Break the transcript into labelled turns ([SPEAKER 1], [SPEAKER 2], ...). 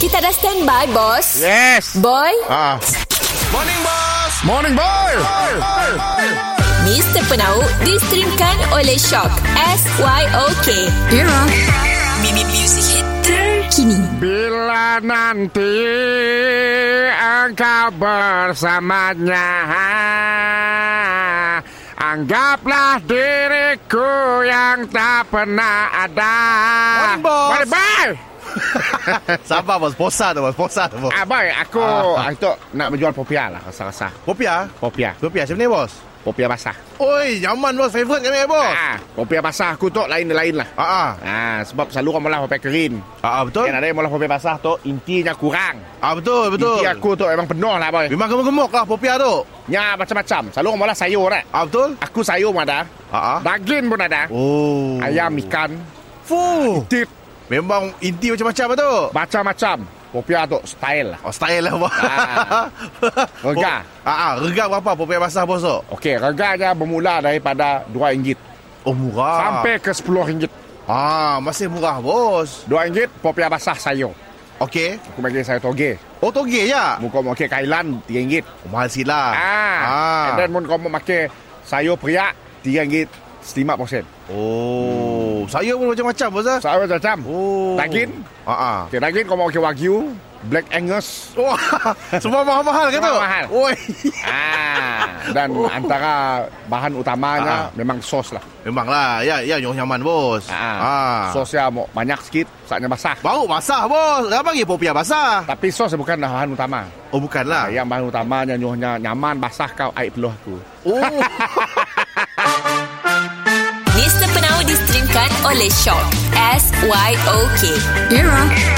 [SPEAKER 1] Kita dah standby, bos.
[SPEAKER 2] Yes.
[SPEAKER 1] Boy,
[SPEAKER 2] Ah.
[SPEAKER 3] Morning Boss
[SPEAKER 2] Morning boy.
[SPEAKER 1] Mr. Penau distrimkan oleh Shock. S-Y-O-K. Era. Mimi Music Hit terkini.
[SPEAKER 2] Bila nanti engkau bersamanya Anggaplah diriku yang tak pernah ada
[SPEAKER 3] Morning, boss.
[SPEAKER 2] Morning boy
[SPEAKER 3] Sabar bos Bosan tu bos Bosan tu bos
[SPEAKER 2] Ah boy, aku ah.
[SPEAKER 3] Ah.
[SPEAKER 2] itu nak berjual popiah lah rasa-rasa
[SPEAKER 3] Popiah
[SPEAKER 2] Popiah,
[SPEAKER 3] Popiah macam ni bos
[SPEAKER 2] popiah basah
[SPEAKER 3] Oi nyaman bos Favorite kami eh, bos
[SPEAKER 2] ah, Popiah basah aku tu lain-lain lah
[SPEAKER 3] Ah ah
[SPEAKER 2] Ah, sebab selalu orang malah popiah kering
[SPEAKER 3] Ah ah, betul
[SPEAKER 2] Yang ada yang malah popiah basah tu intinya kurang
[SPEAKER 3] Ah betul betul
[SPEAKER 2] Inti aku tu memang penuh lah boy
[SPEAKER 3] Memang gemuk-gemuk lah popiah tu
[SPEAKER 2] Ya macam-macam Selalu orang malah sayur kan
[SPEAKER 3] Ah betul
[SPEAKER 2] Aku sayur pun ada
[SPEAKER 3] Ah ah
[SPEAKER 2] Daging pun ada
[SPEAKER 3] Oh
[SPEAKER 2] Ayam, ikan
[SPEAKER 3] Fuh
[SPEAKER 2] Tip
[SPEAKER 3] Memang inti macam-macam lah tu
[SPEAKER 2] Macam-macam Popiah tu style lah
[SPEAKER 3] Oh style lah bos
[SPEAKER 2] Ah. Rega.
[SPEAKER 3] Ah ah Rega berapa popiah basah bos tu
[SPEAKER 2] Okey, reganya bermula daripada RM2
[SPEAKER 3] Oh murah
[SPEAKER 2] Sampai ke RM10
[SPEAKER 3] Ah masih murah bos
[SPEAKER 2] RM2 popiah basah sayur
[SPEAKER 3] Okey
[SPEAKER 2] Aku bagi sayur toge
[SPEAKER 3] Oh toge je
[SPEAKER 2] Muka mau makan kailan RM3
[SPEAKER 3] Oh, mahal sikit lah
[SPEAKER 2] Ah, And then mun kau mau makan sayur periak RM3.5
[SPEAKER 3] Oh, hmm. saya pun macam-macam bos ah.
[SPEAKER 2] Sayur macam-macam
[SPEAKER 3] Oh.
[SPEAKER 2] Daging?
[SPEAKER 3] Ha ah.
[SPEAKER 2] Okey, daging kau mau makan wagyu Black Angus
[SPEAKER 3] Wah, Oh, semua mahal-mahal ke tu?
[SPEAKER 2] Semua mahal.
[SPEAKER 3] Oi.
[SPEAKER 2] Ah, dan oh. antara bahan utamanya
[SPEAKER 3] Ah.
[SPEAKER 2] memang sos lah.
[SPEAKER 3] Memanglah, ya ya yang nyaman bos. Ha.
[SPEAKER 2] Ah. Sosnya mau banyak sikit, saatnya basah.
[SPEAKER 3] Baru basah bos. Dah bagi popiah basah.
[SPEAKER 2] Tapi sos bukan bahan utama.
[SPEAKER 3] Oh, bukanlah.
[SPEAKER 2] Yang bahan utamanya nyohnya nyaman basah kau air peluh aku.
[SPEAKER 3] Oh.
[SPEAKER 1] Mr. Penau distrimkan oleh Shock. S-Y-O-K. Era.